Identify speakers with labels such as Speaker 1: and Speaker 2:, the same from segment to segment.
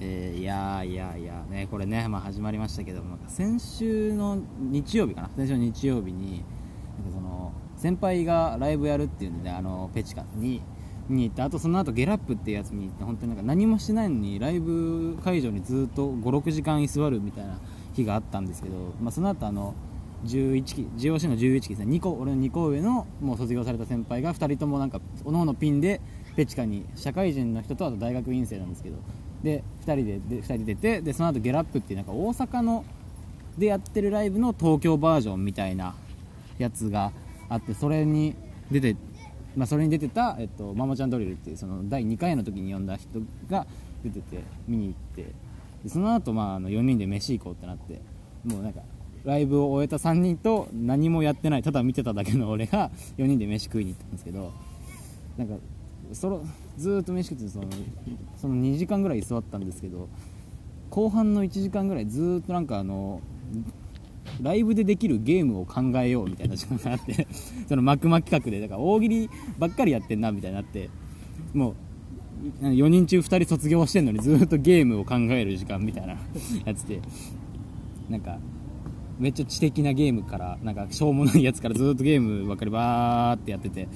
Speaker 1: えーいやーいやーいやーねこれね、まあ、始まりましたけどもなんか先週の日曜日かな先週の日曜日になんかその先輩がライブやるっていうんであのペチカにに行ってあとその後ゲラップっていうやつに行って本当になんか何もしないのにライブ会場にずっと56時間居座るみたいな日があったんですけど、まあ、その後あの11期 GOC の11期ですね2個俺の2個上のもう卒業された先輩が2人ともなんかおののピンでペチカに社会人の人とあと大学院生なんですけどで2人でで二人出てでその後ゲラップっていうなんか大阪のでやってるライブの東京バージョンみたいなやつがあってそれに出て、まあ、それに出てた、えっと、ママちゃんドリルっていうその第2回の時に呼んだ人が出てて見に行ってでその後、まああの4人で飯行こうってなってもうなんかライブを終えた3人と何もやってないただ見てただけの俺が4人で飯食いに行ったんですけどなんかそのずーっと飯食ってそのその2時間ぐらい居座ったんですけど後半の1時間ぐらいずーっとなんかあのライブでできるゲームを考えようみたいな時間があって そのマクマ企画でだから大喜利ばっかりやってんなみたいになってもう4人中2人卒業してんのにずーっとゲームを考える時間みたいなやつでなんかめっちゃ知的なゲームからなんかしょうもないやつからずーっとゲームばっかりバーってやってて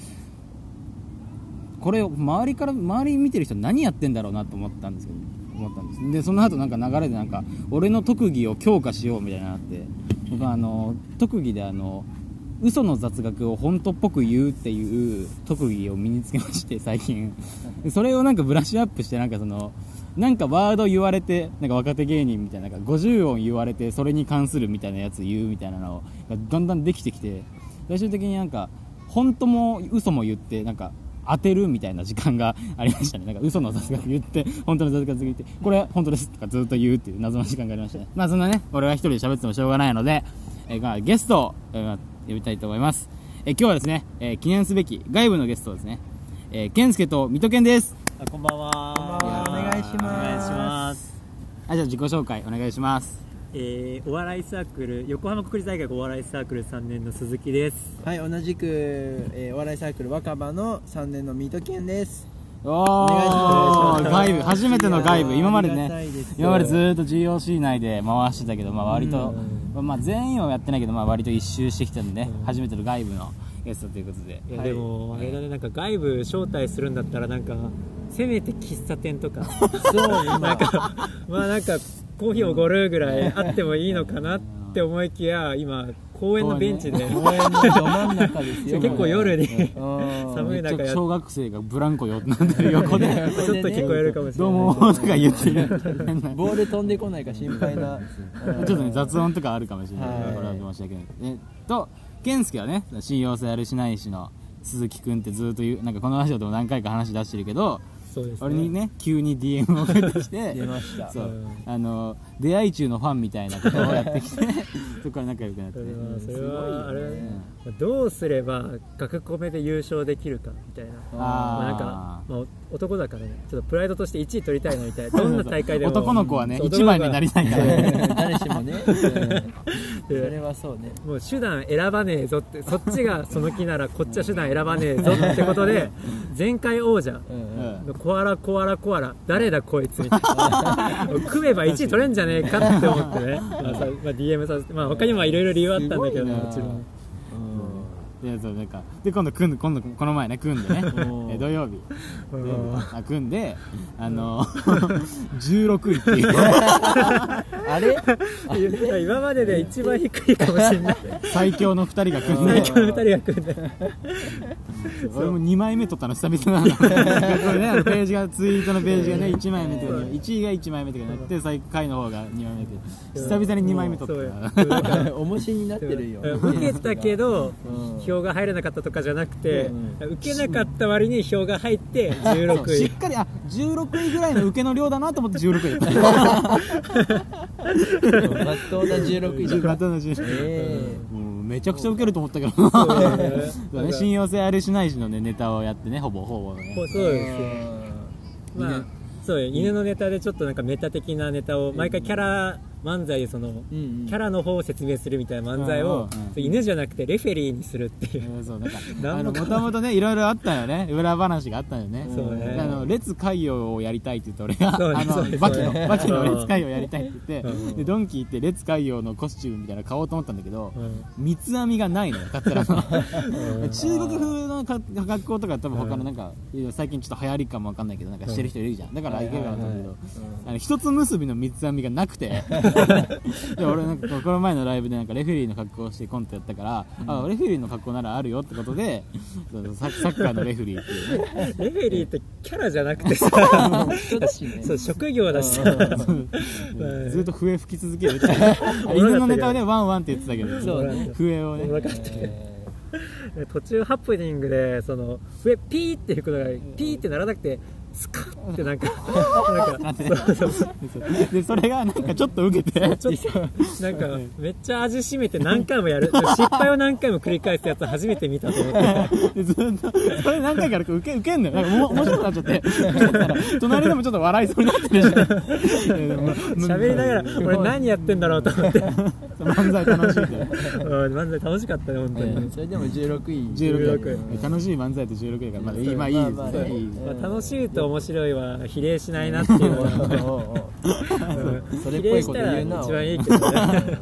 Speaker 1: これを周りから周り見てる人何やってんだろうなと思ったんですけど思ったんですでその後なんか流れでなんか俺の特技を強化しようみたいなのがあって僕はあの特技であの嘘の雑学を本当っぽく言うっていう特技を身につけまして最近でそれをなんかブラッシュアップしてなんかそのなんかワード言われてなんか若手芸人みたいななんか50音言われてそれに関するみたいなやつ言うみたいなのがだんだんできてきて最終的になんか本当も嘘も言ってなんか当てるみたいな時間がありましたね なんか嘘の雑学言って本当の雑学言ってこれ本当ですとかずっと言うっていう謎の時間がありましたねまあそんなね俺が一人で喋ってもしょうがないので、えーまあ、ゲストを、えーまあ呼びたいと思います、えー今日はですね、えー記念すべき外部のゲストをですね、えー、健介と水戸健です
Speaker 2: あこんばんは。
Speaker 3: こんばんはい
Speaker 2: やー
Speaker 3: お願いします
Speaker 2: お願いします。
Speaker 1: あじゃあ自己紹介お願いします
Speaker 2: えー、お笑いサークル横浜国立大学お笑いサークル3年の鈴木です。
Speaker 3: はい、同じく、えーお笑いサークル若葉の3年のミートケンです。
Speaker 1: おー
Speaker 3: お願いします
Speaker 1: 外部初めての外
Speaker 3: い
Speaker 1: 部
Speaker 3: やー
Speaker 1: 今まで
Speaker 3: ありがた
Speaker 1: ね
Speaker 3: いです
Speaker 1: 今までずーっと GOC 内で回してたけど、まあ、割と、まあ、全員はやってないけど、まあ、割と一周してきたんで、ね
Speaker 2: うん
Speaker 1: 初めての外部のゲストということで
Speaker 2: いや、
Speaker 1: はい
Speaker 2: でもあれだねなんか外部招待するんだったらなんかせめて喫茶店と か
Speaker 3: そう、
Speaker 2: なんかまあなんかコーヒーおごるぐら いあってもいいのかなって思いきや今公園のベンチで、
Speaker 3: 公園のど真ん中です
Speaker 2: そう
Speaker 3: よ。
Speaker 2: 結構夜に
Speaker 1: うん
Speaker 2: 寒
Speaker 3: 寒
Speaker 1: めっ
Speaker 2: い中
Speaker 1: ち
Speaker 2: や
Speaker 1: ゃ
Speaker 2: っ
Speaker 1: 小学生がブランコよってなってる横で
Speaker 2: ちょっと聞こえるかもしれな
Speaker 1: どう
Speaker 2: い。
Speaker 1: もとか言ってる
Speaker 3: ボール飛んでこないか心配 な。
Speaker 1: ちょっとね雑音とかあるかもしれないから
Speaker 3: はい
Speaker 1: これは申し訳ないえっと健介はね信用性あるしないしの鈴木くんってずっと言うなんかこのラジオでも何回か話出してるけど
Speaker 2: そうです、ね。
Speaker 1: 俺にね急に DM を送ってき て
Speaker 3: 出ました
Speaker 1: そう、
Speaker 2: うん
Speaker 1: あの出会い中のファンみたいなことをやってき てそこから仲良くなって
Speaker 2: それはそれはあ
Speaker 3: すごい
Speaker 2: れ
Speaker 3: よ
Speaker 2: だねどうすれば学コメで優勝できるかみたいな
Speaker 1: あー
Speaker 2: まあなんか、まあ、男だからねちょっとプライドとして1位取りたいなみたいなどんな大会でも
Speaker 1: 男の子はね
Speaker 2: そう
Speaker 1: 一番になりたいからね
Speaker 3: 誰 しもね、うんそれはそうね。
Speaker 2: もう手段選ばねえぞってそっちがその気ならこっちは手段選ばねえぞってことで 前回王者
Speaker 3: うんう
Speaker 1: うんん
Speaker 2: コアラコアラコアラ誰だこいつみたいな組めば1位取れんじゃねえかって思ってね、まあ、さまあ DM させて、まあ、他にもいろいろ理由あったんだけど、
Speaker 3: すごいな
Speaker 2: もちろん
Speaker 1: でそうなんかで今度組んで今度この前ね組んでねえ土曜日土曜日かあ組んであの 16位っていう
Speaker 3: あれ
Speaker 2: い や今までで一番低いかもしれない
Speaker 1: 最強の2人が組ん
Speaker 2: 最
Speaker 1: で
Speaker 2: 強の2人が組んで
Speaker 1: 俺も2枚目撮ったの久々な のこれ ねあのページがツイートのページがね1枚目とか
Speaker 2: うん
Speaker 1: 1位が1枚目とかになって最下位の方が2枚目で 久々に2枚目撮った
Speaker 2: そうよ
Speaker 3: 重しになってるよ。
Speaker 2: 受けたけど
Speaker 3: うん
Speaker 2: 票が入らなかったとかじゃなくて
Speaker 3: う
Speaker 2: 受けなかった割に票が入って
Speaker 1: そうしっ
Speaker 2: 16
Speaker 1: かりあ16位ぐらいの受けの量だなと思って16位だ った
Speaker 3: まっとうな16位だから。
Speaker 1: バトンの16
Speaker 3: え
Speaker 1: もうめちゃくちゃ受けると思ったけどな
Speaker 2: 位そうだよね
Speaker 1: そうね信用性あれしないしのねネタをやってねほぼほぼね
Speaker 2: そう
Speaker 3: え
Speaker 2: そうですよ
Speaker 3: うん
Speaker 2: まあそうよ犬のネタでちょっとなんかメタ的なネタを毎回キャラ漫才でその
Speaker 3: うんうん
Speaker 2: キャラの方を説明するみたいな漫才を
Speaker 1: うんうんうん
Speaker 2: そう犬じゃなくてレフェリーにするっていう
Speaker 1: うんそうなんか
Speaker 2: な
Speaker 1: あ
Speaker 2: ん
Speaker 1: の
Speaker 2: も
Speaker 1: もともとねいろいろあったよね裏話があったよね
Speaker 2: そうね
Speaker 1: あの列海洋をやりたいって言って俺が、
Speaker 2: そうね
Speaker 1: あ
Speaker 2: そうね
Speaker 1: のバキ
Speaker 2: そうね
Speaker 1: のバキの
Speaker 2: うん
Speaker 1: 列海洋やりたいって言って、
Speaker 2: うん
Speaker 1: でドンキ行って列海洋のコスチュームみたいなの買おうと思ったんだけど、
Speaker 2: うん
Speaker 1: 三つ編みがないのよカツ ラの
Speaker 2: うん
Speaker 1: 中国風のか格好とか多分他のなんか、いや最近ちょっと流行りかもわかんないけどなんかしてる人いるじゃんだからいけるかなと思うけど、あの一つ結びの三つ編みがなく てで俺なんかこの前のライブでなんかレフェリーの格好をしてコントやったから、あレフェリーの格好ならあるよってことでそうそうサッサッカーのレフェリーっていうね
Speaker 2: レフェリーってキャラじゃなく てさ
Speaker 3: 人だしね
Speaker 2: そう職業だしさ
Speaker 1: うんずっと笛吹き続けるってい う犬のネタはねワンワンって言ってたけど
Speaker 2: そうね
Speaker 1: 笛を
Speaker 2: おもろ
Speaker 1: ね
Speaker 2: かったね 途中ハプニングでその笛ピーって吹くのがピーってならなくてスカッてなんかなんかそうそうそう
Speaker 1: でそれがなんかちょっと受けて
Speaker 2: ちょっ となんかめっちゃ味しめて何回もやる失敗を何回も繰り返すやつ初めて見たと思って
Speaker 1: でずっとそれ何回からか受け受けんのよなんかも面白くなっちゃって だから隣でもちょっと笑いそうになってるし
Speaker 2: 喋り ながら俺何やってんだろうと思ってうん
Speaker 1: 漫才楽しいって
Speaker 2: 漫才楽しかったね本当に、
Speaker 3: それでも16位
Speaker 1: 16楽しい漫才と16やからまだいいまあいいです
Speaker 3: まあまあ
Speaker 1: ねいいですね
Speaker 2: まあ、楽しいと面白いは比例しないなっていうの は
Speaker 3: それっぽいこと言うな
Speaker 2: 比例したら一番いいけどね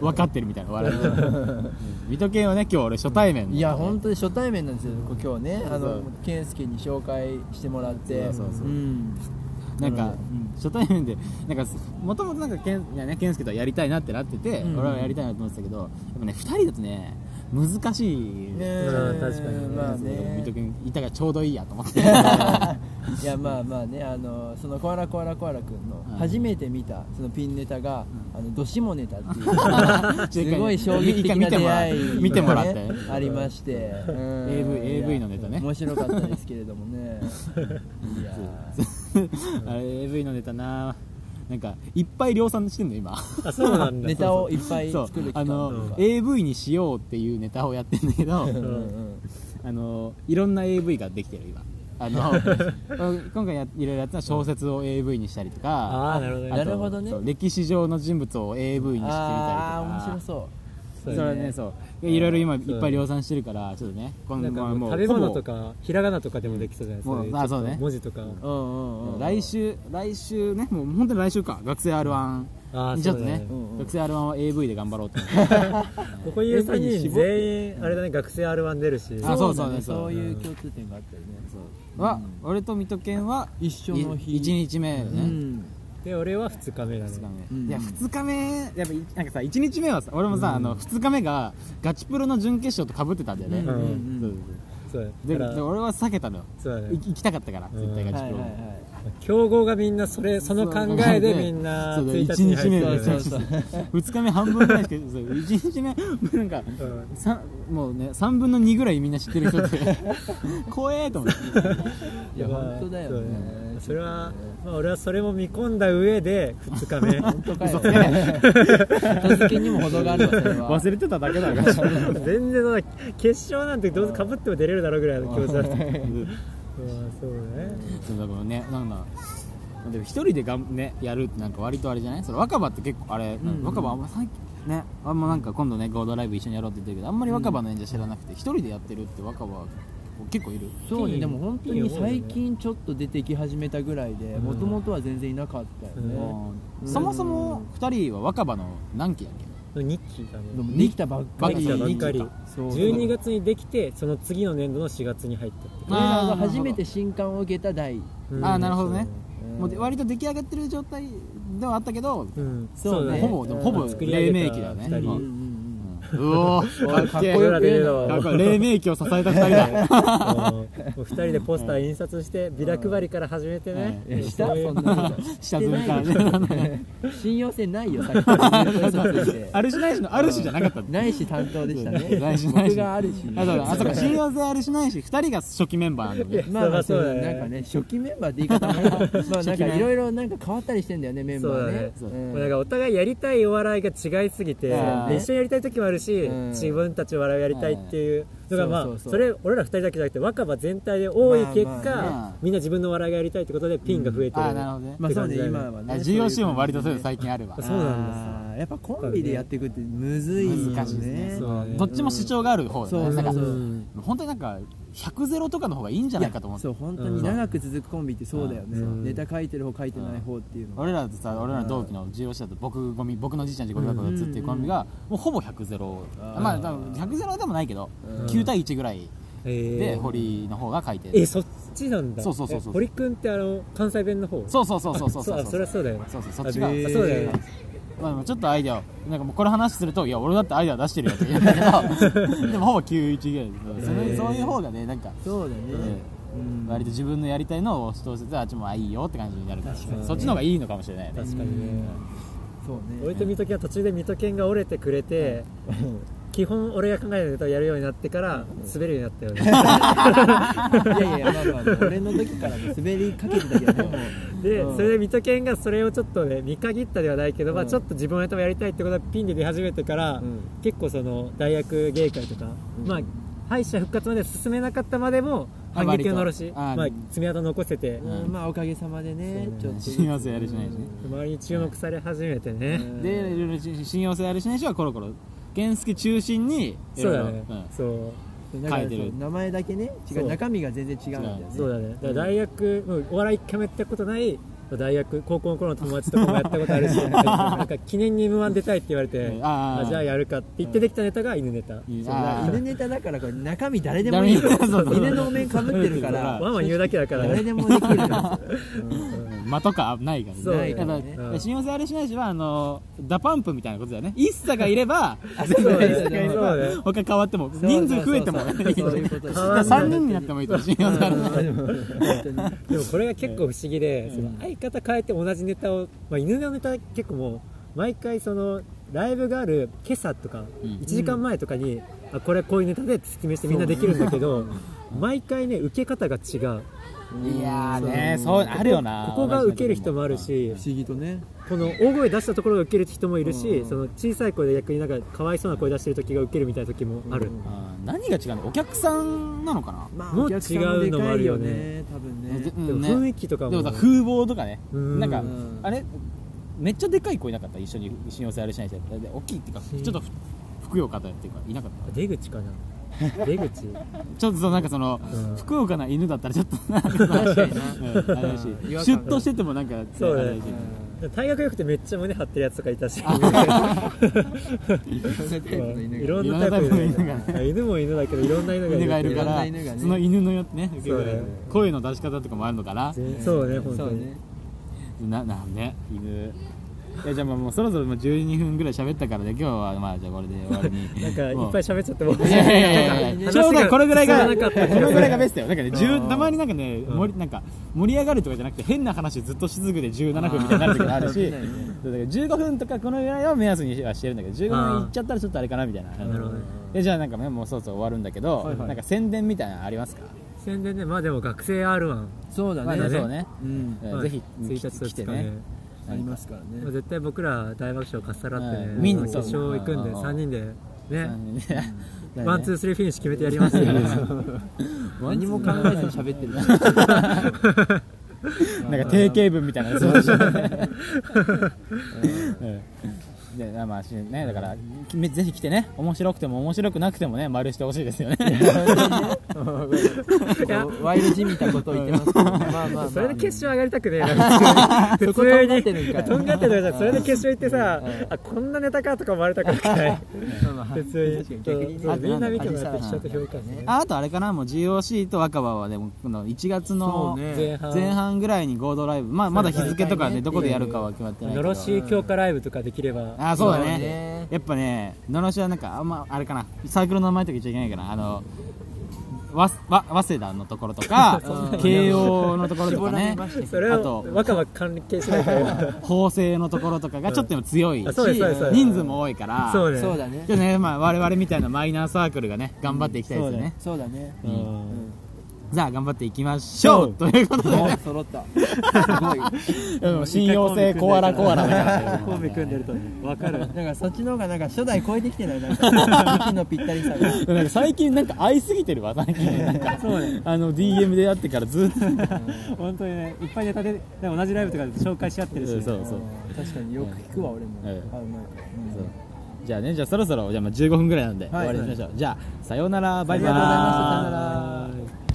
Speaker 1: 分かってるみたいな笑ってうん水戸犬はね今日俺初対面の
Speaker 3: いや本当に初対面なんですよ僕今日ねあの
Speaker 1: そう
Speaker 3: 健介に紹介してもらって
Speaker 1: そうそうそうんなんか
Speaker 3: うん
Speaker 1: うん初対面でなんかもともとなんかけんいやね健介とはやりたいなってなってて
Speaker 3: うん
Speaker 1: 俺はやりたいなと思ってたけどやっぱね2人だとね難しい
Speaker 3: ね
Speaker 1: です
Speaker 3: え
Speaker 1: よ
Speaker 2: うん確かにね
Speaker 3: まあ
Speaker 1: 水戸
Speaker 3: ね
Speaker 1: 君いたからちょうどいいやと思って
Speaker 3: いやまあまあねあのそのコアラコアラコアラくんの
Speaker 1: はい
Speaker 3: 初めて見たそのピンネタがあのどしもネ タっていう
Speaker 1: す
Speaker 3: すごい衝撃的な出会い
Speaker 1: 見てもらっ
Speaker 3: が
Speaker 1: て
Speaker 3: ねありましてうん
Speaker 1: AV AV のネタね
Speaker 3: 面白かったですけれども ねいや
Speaker 1: あれ AV のネタななんかいっぱい量産してんの今
Speaker 2: あそうなんだ
Speaker 3: ネタをいっぱい
Speaker 1: そう
Speaker 3: 作る期
Speaker 1: あ
Speaker 3: 間
Speaker 1: の、
Speaker 3: とか
Speaker 1: AV にしようっていうネタをやってんだけど
Speaker 3: うん うん
Speaker 1: あのいろんな AV ができてる今あの今回やいろいろやったのは小説を AV にしたりとか
Speaker 2: ああなるほど
Speaker 1: あ
Speaker 2: ね
Speaker 1: と
Speaker 3: なるほどね
Speaker 1: そう歴史上の人物を AV にしてみたりとか
Speaker 3: あー面白そう
Speaker 1: そ
Speaker 2: そうう
Speaker 1: れ
Speaker 2: ね
Speaker 1: はねそういろいろ今いっぱい量産してるからちょっとね今
Speaker 2: なんか
Speaker 1: は
Speaker 2: もう食べ物とかひらがなとかでもできそうじゃないですか、
Speaker 1: もう
Speaker 2: い
Speaker 1: あそうね
Speaker 2: ちょっと文字とか、
Speaker 3: うんうんうん
Speaker 1: 来週来週ねもう本当に来週か学生 R1
Speaker 2: あ
Speaker 1: に
Speaker 2: ー
Speaker 1: ちょっとね
Speaker 2: そうだね
Speaker 3: うんうん
Speaker 1: 学生 R1 は AV で頑張ろ うと思って
Speaker 2: ここにいる3人全員あれだね学生 R1 出るし
Speaker 1: あそうそう
Speaker 3: だ
Speaker 1: ね
Speaker 3: ね
Speaker 1: そう
Speaker 3: そういう共通点があったよね
Speaker 1: は俺と水戸犬は
Speaker 3: 一緒の日
Speaker 1: 1日目だね、
Speaker 3: うん
Speaker 2: で俺は2日目だね
Speaker 1: 2日目、
Speaker 3: うん
Speaker 1: いや2日目やっぱいなんかさ1日目はさ俺もさ、あの2日目がガチプロの準決勝とかぶってたんだよね、
Speaker 3: うん
Speaker 2: うんうん
Speaker 1: そうそうそ
Speaker 2: そう
Speaker 1: うで
Speaker 2: だから
Speaker 1: で俺は避けたのよ
Speaker 2: そうだ
Speaker 1: い
Speaker 2: ね
Speaker 1: 行きたかったから絶対
Speaker 2: う
Speaker 1: ガ
Speaker 2: ん
Speaker 1: チ
Speaker 3: はい
Speaker 1: プ
Speaker 3: は
Speaker 1: ロ、に
Speaker 3: いはい
Speaker 2: 競合がみんなそれその考えでみんな
Speaker 1: そうそう
Speaker 2: 1
Speaker 1: 1
Speaker 2: 日に
Speaker 1: 日
Speaker 2: 入
Speaker 1: 目
Speaker 2: ってる
Speaker 1: そう
Speaker 2: よね
Speaker 1: そうそう2日目 半分ぐらいしかそう1日目 なんか
Speaker 2: うん
Speaker 1: さもうね3分の2ぐらいみんな知ってる人で 怖えと思って
Speaker 3: いや
Speaker 2: まあ
Speaker 3: 本当だよ
Speaker 2: そう
Speaker 3: ね
Speaker 2: それは、まあ、俺はそれも見込んだ上で2日目
Speaker 3: 本当かよ片付けにも程があるわそれ は
Speaker 1: 忘れてただけだ から
Speaker 2: 全然そんな決勝なんてどうせかぶっても出れるだろうぐらいの気持ちだったまあそうね
Speaker 1: そうだからねなんだでも一人でがん、ね、やるってなんか割とあれじゃないそれ若葉って結構あれ、なんか若葉あんま最近ねあんまなんか今度ね合同ライブ一緒にやろうって言ってるけどあんまり若葉の演者知らなくて一、人でやってるって若葉結構いる
Speaker 3: そう
Speaker 2: い
Speaker 3: ね
Speaker 2: い
Speaker 3: でも本当
Speaker 2: いいよ
Speaker 3: に
Speaker 2: ね
Speaker 3: 最近ちょっと出てき始めたぐらいで
Speaker 2: ん
Speaker 3: もともとは全然いなかったよ
Speaker 2: う
Speaker 3: ね
Speaker 1: うんそもそも二人は若葉の何期だっけ
Speaker 2: 日記だね
Speaker 3: でもできたばっか
Speaker 1: で
Speaker 3: り
Speaker 1: きたばっ
Speaker 2: かり
Speaker 3: そう
Speaker 2: 12月にできてその次の年度の4月に入ったって
Speaker 3: 俺ら
Speaker 1: あー
Speaker 3: が初めて新刊を受けた代
Speaker 2: うん
Speaker 1: ああなるほどね、
Speaker 3: うん
Speaker 1: もうで割と出来上がってる状態ではあったけど、
Speaker 2: うん、
Speaker 3: そうね
Speaker 1: ほぼでもほぼ
Speaker 2: 作り上
Speaker 1: 黎
Speaker 2: げ
Speaker 1: 明
Speaker 2: た
Speaker 1: 期だよね、
Speaker 2: 二人
Speaker 1: う
Speaker 3: うんう んん
Speaker 1: うおーかっけえ
Speaker 2: こよく言う
Speaker 1: か
Speaker 2: な
Speaker 1: っこいい黎明期を支えた二人だ
Speaker 2: もう2人でポスター印刷してビラ配りから始めてね、
Speaker 3: うんいやした
Speaker 2: そういう
Speaker 3: そ んなこと
Speaker 1: 下積みからね
Speaker 3: 信用性ないよさっきから嘘ついて
Speaker 1: あるしないしのあるしじゃなかったんだ
Speaker 3: ないし担当でした
Speaker 1: そうないし
Speaker 3: ね
Speaker 1: ないし
Speaker 3: 僕があるし
Speaker 1: あそうだあそうか信用性あるしないし2人が初期メンバーなんだね
Speaker 3: まあまあ
Speaker 2: そ
Speaker 3: そうう
Speaker 2: だね
Speaker 3: なんかね初期メンバーって言い方もねまあなんかいろいろなんか変わったりしてんだよねメンバ
Speaker 2: そうだね
Speaker 3: ーね、
Speaker 2: そう
Speaker 3: うん
Speaker 2: なんかお互いやりたいお笑いが違いすぎて、
Speaker 1: うん
Speaker 2: で一緒にやりたい時もあるし、
Speaker 3: うん
Speaker 2: 自分たち笑いやりたいっていうのが、まあ
Speaker 3: そ
Speaker 2: そう
Speaker 3: そうそう
Speaker 2: れ俺ら二人だけじゃなくて若葉全体で多い結果、
Speaker 3: まあま
Speaker 1: あまあ
Speaker 2: みんな自分の笑いがやりたいってことでピンが増えてる、
Speaker 1: ああなるほどね、
Speaker 3: まあそうね
Speaker 2: って感じだよね
Speaker 3: 今はね
Speaker 1: あ GOC も割とそういうの
Speaker 3: 最
Speaker 1: 最近あるわ
Speaker 2: あそうなんだ
Speaker 3: あーやっぱコンビでやっていくってむずいよね
Speaker 1: 難しいですね
Speaker 2: そうだね
Speaker 1: どっちも主張がある方だね、
Speaker 3: そうそう
Speaker 1: なん
Speaker 3: そ
Speaker 1: か
Speaker 3: う
Speaker 1: 本当になんか100ゼロとかの方がいいんじゃないかと思って
Speaker 3: そう本当に長く続くコンビってそうだよね、
Speaker 2: うん
Speaker 3: ネタ書いてる方書いてない方っていうのは、
Speaker 1: 俺らとさ俺らの同期の GOC だと僕ゴミ僕のじいちゃんちゴミ箱4つっていうコンビがもうほぼ100ゼロ
Speaker 3: あー
Speaker 1: まあ多分100ゼロでもないけど
Speaker 3: うん
Speaker 1: 9対1ぐらい
Speaker 2: えー
Speaker 1: で堀の方が書いて
Speaker 2: え
Speaker 1: る
Speaker 2: そっちなんだ
Speaker 1: そうそうそうそう
Speaker 2: え堀君ってあの関西弁の方
Speaker 1: そうそうそうそうそう
Speaker 2: ああそれはそうだよね
Speaker 1: そうそうそっちが
Speaker 2: あ
Speaker 1: そう
Speaker 2: で
Speaker 1: だよ
Speaker 2: あそうだよね
Speaker 1: まあでもちょっとアイデアをなんかもうこれ話するといや俺だってアイデア出してるよって言うんだけ どでもほぼ91ぐらいですそれ
Speaker 2: えー
Speaker 1: そういう方がねなんか
Speaker 3: そうだね、うん
Speaker 1: 割と自分のやりたいのを押し通せてあっちもあいいよって感じになるから
Speaker 2: 確かに
Speaker 1: そっちの方がいいのかもしれないよね
Speaker 2: 確かにね
Speaker 3: そう
Speaker 2: 俺
Speaker 3: ね
Speaker 2: と水戸犬は途中で水戸犬が折れてくれて、基本俺が考えたネタをやるようになってから滑る ようになったよね
Speaker 3: いやいやまあまあまあ俺の時からね滑りかけてたけどねもう
Speaker 2: で、
Speaker 3: うん
Speaker 2: それで水戸犬がそれをちょっとね見限ったではないけど、まあ、
Speaker 3: うん
Speaker 2: ちょっと自分のネタもやりたいってことはピンで出始めてから、
Speaker 3: うん
Speaker 2: 結構その大学芸会とか、
Speaker 3: うん
Speaker 2: まあ敗者復活まで進めなかったまでも
Speaker 1: あ
Speaker 2: 反撃をのろし
Speaker 1: 割とあ
Speaker 2: まあ、爪痕残せて、
Speaker 1: ん
Speaker 3: うんまあおかげさまでね
Speaker 2: そうね
Speaker 3: ちょっと
Speaker 1: 信用性あるしないしね
Speaker 2: 周りに注目され始めて
Speaker 3: う
Speaker 2: ね、
Speaker 3: ん
Speaker 1: でいろいろし信用性あるしないしはコロコロ健介中心にい
Speaker 2: そう
Speaker 1: ろい
Speaker 2: だ
Speaker 1: ろ
Speaker 2: ね、
Speaker 1: ん
Speaker 2: そう
Speaker 3: でなんか
Speaker 1: 書いてる
Speaker 3: そう名前だけね違
Speaker 2: そう
Speaker 3: う中身が全然違うんだよね
Speaker 2: そうだねだから大学、もうお笑い一回もやったことない大学高校の頃の友達とかもやったことあ るしなんか記念に m 1出たいって言われて
Speaker 1: うんあー
Speaker 2: あじゃあやるかって言ってできたネタが犬ネタ
Speaker 1: いい
Speaker 2: そう
Speaker 1: あー
Speaker 3: 犬ネタだからこれ中身誰でもいい
Speaker 1: 誰でもいいそうそう
Speaker 3: の犬のお面かぶってるか
Speaker 1: あ
Speaker 3: ら
Speaker 1: ー
Speaker 2: ワンワン言うだけだから
Speaker 3: 誰
Speaker 2: ね
Speaker 3: でもできるから
Speaker 1: 間とかないからね
Speaker 2: そう
Speaker 1: だから
Speaker 3: ない
Speaker 2: からねうん
Speaker 1: 信用性あるしないしはあのダパンプみたいなことだよね一茶がいれば全
Speaker 2: そう
Speaker 1: 部
Speaker 2: ね
Speaker 1: 一茶がいれば
Speaker 2: そうね
Speaker 1: 他変わっても
Speaker 3: う
Speaker 1: 人数増えてもい
Speaker 3: そう
Speaker 1: い
Speaker 3: そうそうそういうことです
Speaker 1: 3人になってもいいと信用性あるし
Speaker 2: でもこれが結構不思議で、その相方変えて同じネタを、まあ、犬のネタ結構もう毎回そのライブがある今朝とか
Speaker 1: うん
Speaker 2: 1時間前とかに、あこれこういうネタで説明してみんなできるんだけど、毎回ね受け方が違う
Speaker 1: いやーねそうあるよな
Speaker 2: ここが受ける人もあるし
Speaker 3: 不思議とね
Speaker 2: この大声出したところが受ける人もいるし、
Speaker 3: うん
Speaker 2: その小さい声で逆になんかかわいそうな声出してる時が受けるみたいな時もある、
Speaker 3: うん
Speaker 1: あー何が違うのお客さんなのかな
Speaker 3: まあ
Speaker 2: もう
Speaker 3: お客さんもでかいよね多
Speaker 1: で
Speaker 3: 分
Speaker 1: うん
Speaker 2: でも
Speaker 1: ね
Speaker 2: 雰囲気とか
Speaker 1: で
Speaker 2: も
Speaker 1: もさ風貌とかね
Speaker 2: うん
Speaker 1: なんか
Speaker 3: うん
Speaker 1: あれめっちゃでかい子いなかった一緒に信用性あるしないしで大きいっていうかちょっとふ福岡だっていうかいなかった
Speaker 2: 出口かな 出口
Speaker 1: ちょっとそうなんかその、
Speaker 2: うん
Speaker 1: 福岡な犬だったらちょっとなんか確
Speaker 3: かにな
Speaker 1: な、うん、あれだし
Speaker 3: うん違和感が
Speaker 1: シュッとしててもなんか
Speaker 2: そうだね
Speaker 1: あれだし
Speaker 2: 大学よくてめっちゃ胸張ってるやつとかいたし
Speaker 3: ね
Speaker 2: いろんなタイプの
Speaker 1: いろんなタイプの犬
Speaker 2: 犬が犬も犬だけどいろんな犬が
Speaker 1: 犬がいるか
Speaker 3: いろん
Speaker 1: ら、
Speaker 3: な犬がね
Speaker 1: その犬のよってね受け
Speaker 2: そう
Speaker 1: 入
Speaker 2: だ
Speaker 1: れ
Speaker 2: ね
Speaker 1: る声の出し方とかもあるのかな
Speaker 2: そうね本当に、
Speaker 1: ななんね犬いやじゃあまあもうそろそろもう12分ぐらい喋ったからで今日はまあじゃあこれで終わりに
Speaker 2: なんかいっぱい
Speaker 1: もう
Speaker 2: 喋っちゃってもう
Speaker 1: いやいやいやい やちょうどこれぐらいが、こ
Speaker 2: 話 が進まなかった
Speaker 1: れぐらいがベストよ。なんかね、十
Speaker 3: うん
Speaker 1: たまになんかね、盛り、なんか、盛り上がるとかじゃなくて、変な話ずっとしずくで17分みたいになる時もあるし、そうだから15分とかこのぐらいは目安にはしてるんだけど、15分いっちゃったらちょっとあれかなみたいな。
Speaker 2: なるほどね
Speaker 1: でじゃあなんかね、もうそろそろ終わるんだけど、
Speaker 3: はいはい
Speaker 1: なんか宣伝みたいなのありますか
Speaker 2: 宣伝ねまあでも学生 R1
Speaker 3: そうだ
Speaker 1: まあ
Speaker 3: ね
Speaker 1: ね、
Speaker 2: だ
Speaker 1: そうね。
Speaker 3: うん
Speaker 1: えー
Speaker 2: まあ
Speaker 1: ぜひ
Speaker 2: ツイ
Speaker 1: 来
Speaker 2: キャ
Speaker 1: て
Speaker 2: スと
Speaker 1: 来て
Speaker 2: か
Speaker 1: ね。
Speaker 3: ありますから
Speaker 2: まあ
Speaker 3: ね
Speaker 2: 絶対僕ら大爆笑かっさらってね、
Speaker 1: うん見に
Speaker 2: 決勝行くんで
Speaker 1: そう
Speaker 2: 3人で
Speaker 1: な
Speaker 2: ね
Speaker 1: んか。ね
Speaker 2: ワンツースリーフィニッシュ決めてやりますよ、
Speaker 3: 何も考えずに喋ってる
Speaker 1: なんか定型文みたいなやつをしてうんでまあまあしねだからきぜひ来てね面白くても面白くなくてもね丸してほしいですよね
Speaker 3: ワイルじみたことを言ってますけどねまあまあ
Speaker 2: そ
Speaker 3: ま
Speaker 2: れ
Speaker 3: あ
Speaker 2: で決勝上がりたくねえな普
Speaker 3: そこ
Speaker 2: 通
Speaker 3: とんが
Speaker 2: に
Speaker 3: ってるんかい
Speaker 2: とんがってるじゃんそれで決勝行ってさ
Speaker 3: うん
Speaker 2: あこんなネタかとか思われたくない
Speaker 3: まあまあ
Speaker 2: 普通に
Speaker 3: 確かに逆にね
Speaker 2: そうみんな見てもらって
Speaker 3: 恥
Speaker 2: 一
Speaker 3: さ
Speaker 2: 緒
Speaker 3: ら
Speaker 2: と評価ね
Speaker 1: ああとあれかなもう GOC と若葉はでもこの1月
Speaker 3: そ
Speaker 1: の
Speaker 3: うね
Speaker 2: 前半
Speaker 1: 前半ぐらいに合同ライブまあまだ日付とかねどこでやるかは決まってない
Speaker 2: の
Speaker 1: け
Speaker 2: ろ
Speaker 1: ど
Speaker 2: し強化ライブとかできれば
Speaker 1: ああそうだ
Speaker 3: そう
Speaker 1: ね
Speaker 3: ね
Speaker 1: やっぱねのろしはなんかあんまあれかなサークルの名前とか言っちゃいけないからあのわわ早稲田のところと か慶応のところとかね
Speaker 2: それ
Speaker 1: あ
Speaker 2: を
Speaker 1: と
Speaker 2: 若葉関係しないから
Speaker 1: 法政のところとかがちょっとでも強いし、
Speaker 2: あそうですそうですそうです
Speaker 1: 人数も多いから
Speaker 2: そう
Speaker 3: そう
Speaker 2: ね
Speaker 3: だね
Speaker 1: ちょっとねまあ、我々みたいなマイナーサークルがね頑張っていきたいですよね,、
Speaker 3: そうだね
Speaker 1: うん
Speaker 3: うん
Speaker 4: さあ頑張っていきましょうということでね
Speaker 3: 揃った
Speaker 1: うん信用性コアラコアラみたいな
Speaker 2: 神戸組んでるとねわ かる
Speaker 3: なんかそっちの方がなんか初代超えてきてないなんか息のぴったりさ が
Speaker 1: なんか最近なんか会いすぎてるわ最近なんか
Speaker 2: そうね
Speaker 1: あの DM で会ってからずっと
Speaker 2: 本当にねいっぱいネタでね同じライブとかで紹介し合ってるし、
Speaker 1: そう
Speaker 2: ね、
Speaker 1: そうそう
Speaker 3: うん確かによく聞くわ俺も、
Speaker 1: うん
Speaker 3: あうまい
Speaker 1: そうじゃあねじゃあそろそろじゃあまあ15分ぐらいなんで、
Speaker 3: はい
Speaker 1: 終わりにしましょう、じゃあさようならバイバーイ
Speaker 3: ありがとうございましたさようなら